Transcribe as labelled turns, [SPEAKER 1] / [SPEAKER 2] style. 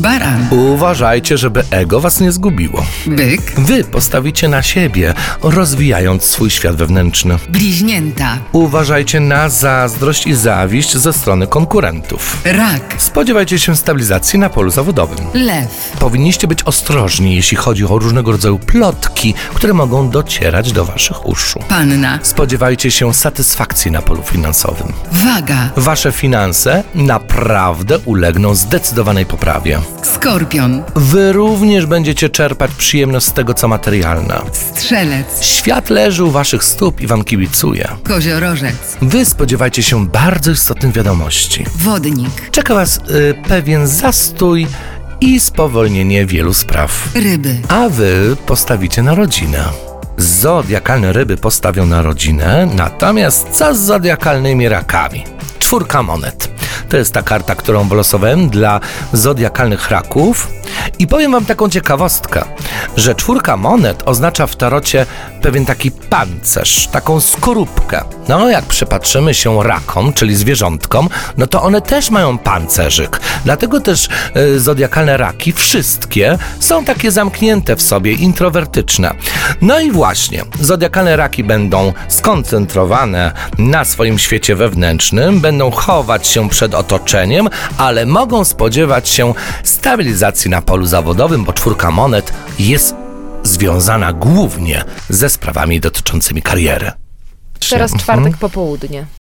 [SPEAKER 1] Baran,
[SPEAKER 2] Uważajcie, żeby ego was nie zgubiło.
[SPEAKER 1] byk,
[SPEAKER 2] Wy postawicie na siebie, rozwijając swój świat wewnętrzny.
[SPEAKER 1] bliźnięta,
[SPEAKER 2] Uważajcie na zazdrość i zawiść ze strony konkurentów.
[SPEAKER 1] rak,
[SPEAKER 2] Spodziewajcie się stabilizacji na polu zawodowym.
[SPEAKER 1] lew,
[SPEAKER 2] Powinniście być ostrożni, jeśli chodzi o różnego rodzaju plotki, które mogą docierać do waszych uszu.
[SPEAKER 1] panna,
[SPEAKER 2] Spodziewajcie się satysfakcji na polu finansowym.
[SPEAKER 1] waga,
[SPEAKER 2] Wasze finanse naprawdę ulegną zdecydowanej poprawie.
[SPEAKER 1] skorpion,
[SPEAKER 2] Wy również będziecie czerpać przyjemność z tego, co materialne.
[SPEAKER 1] strzelec,
[SPEAKER 2] Świat leży u waszych stóp i wam kibicuje.
[SPEAKER 1] koziorożec,
[SPEAKER 2] Wy spodziewajcie się bardzo istotnych wiadomości.
[SPEAKER 1] wodnik,
[SPEAKER 2] Czeka was y, pewien zastój i spowolnienie wielu spraw.
[SPEAKER 1] ryby,
[SPEAKER 2] A wy postawicie na rodzinę. Zodiakalne ryby postawią na rodzinę, natomiast co z zodiakalnymi rakami? Czwórka monet. To jest ta karta, którą wylosowałem dla zodiakalnych raków. I powiem wam taką ciekawostkę, że czwórka monet oznacza w tarocie pewien taki pancerz, taką skorupkę. No, jak przypatrzymy się rakom, czyli zwierzątkom, no to one też mają pancerzyk. Dlatego też y, zodiakalne raki, wszystkie, są takie zamknięte w sobie, introwertyczne. No i właśnie, zodiakalne raki będą skoncentrowane na swoim świecie wewnętrznym, będą chować się przed otoczeniem, ale mogą spodziewać się stabilizacji na polu zawodowym, bo czwórka monet jest związana głównie ze sprawami dotyczącymi kariery. Mhm.
[SPEAKER 3] Teraz czwartek po południe.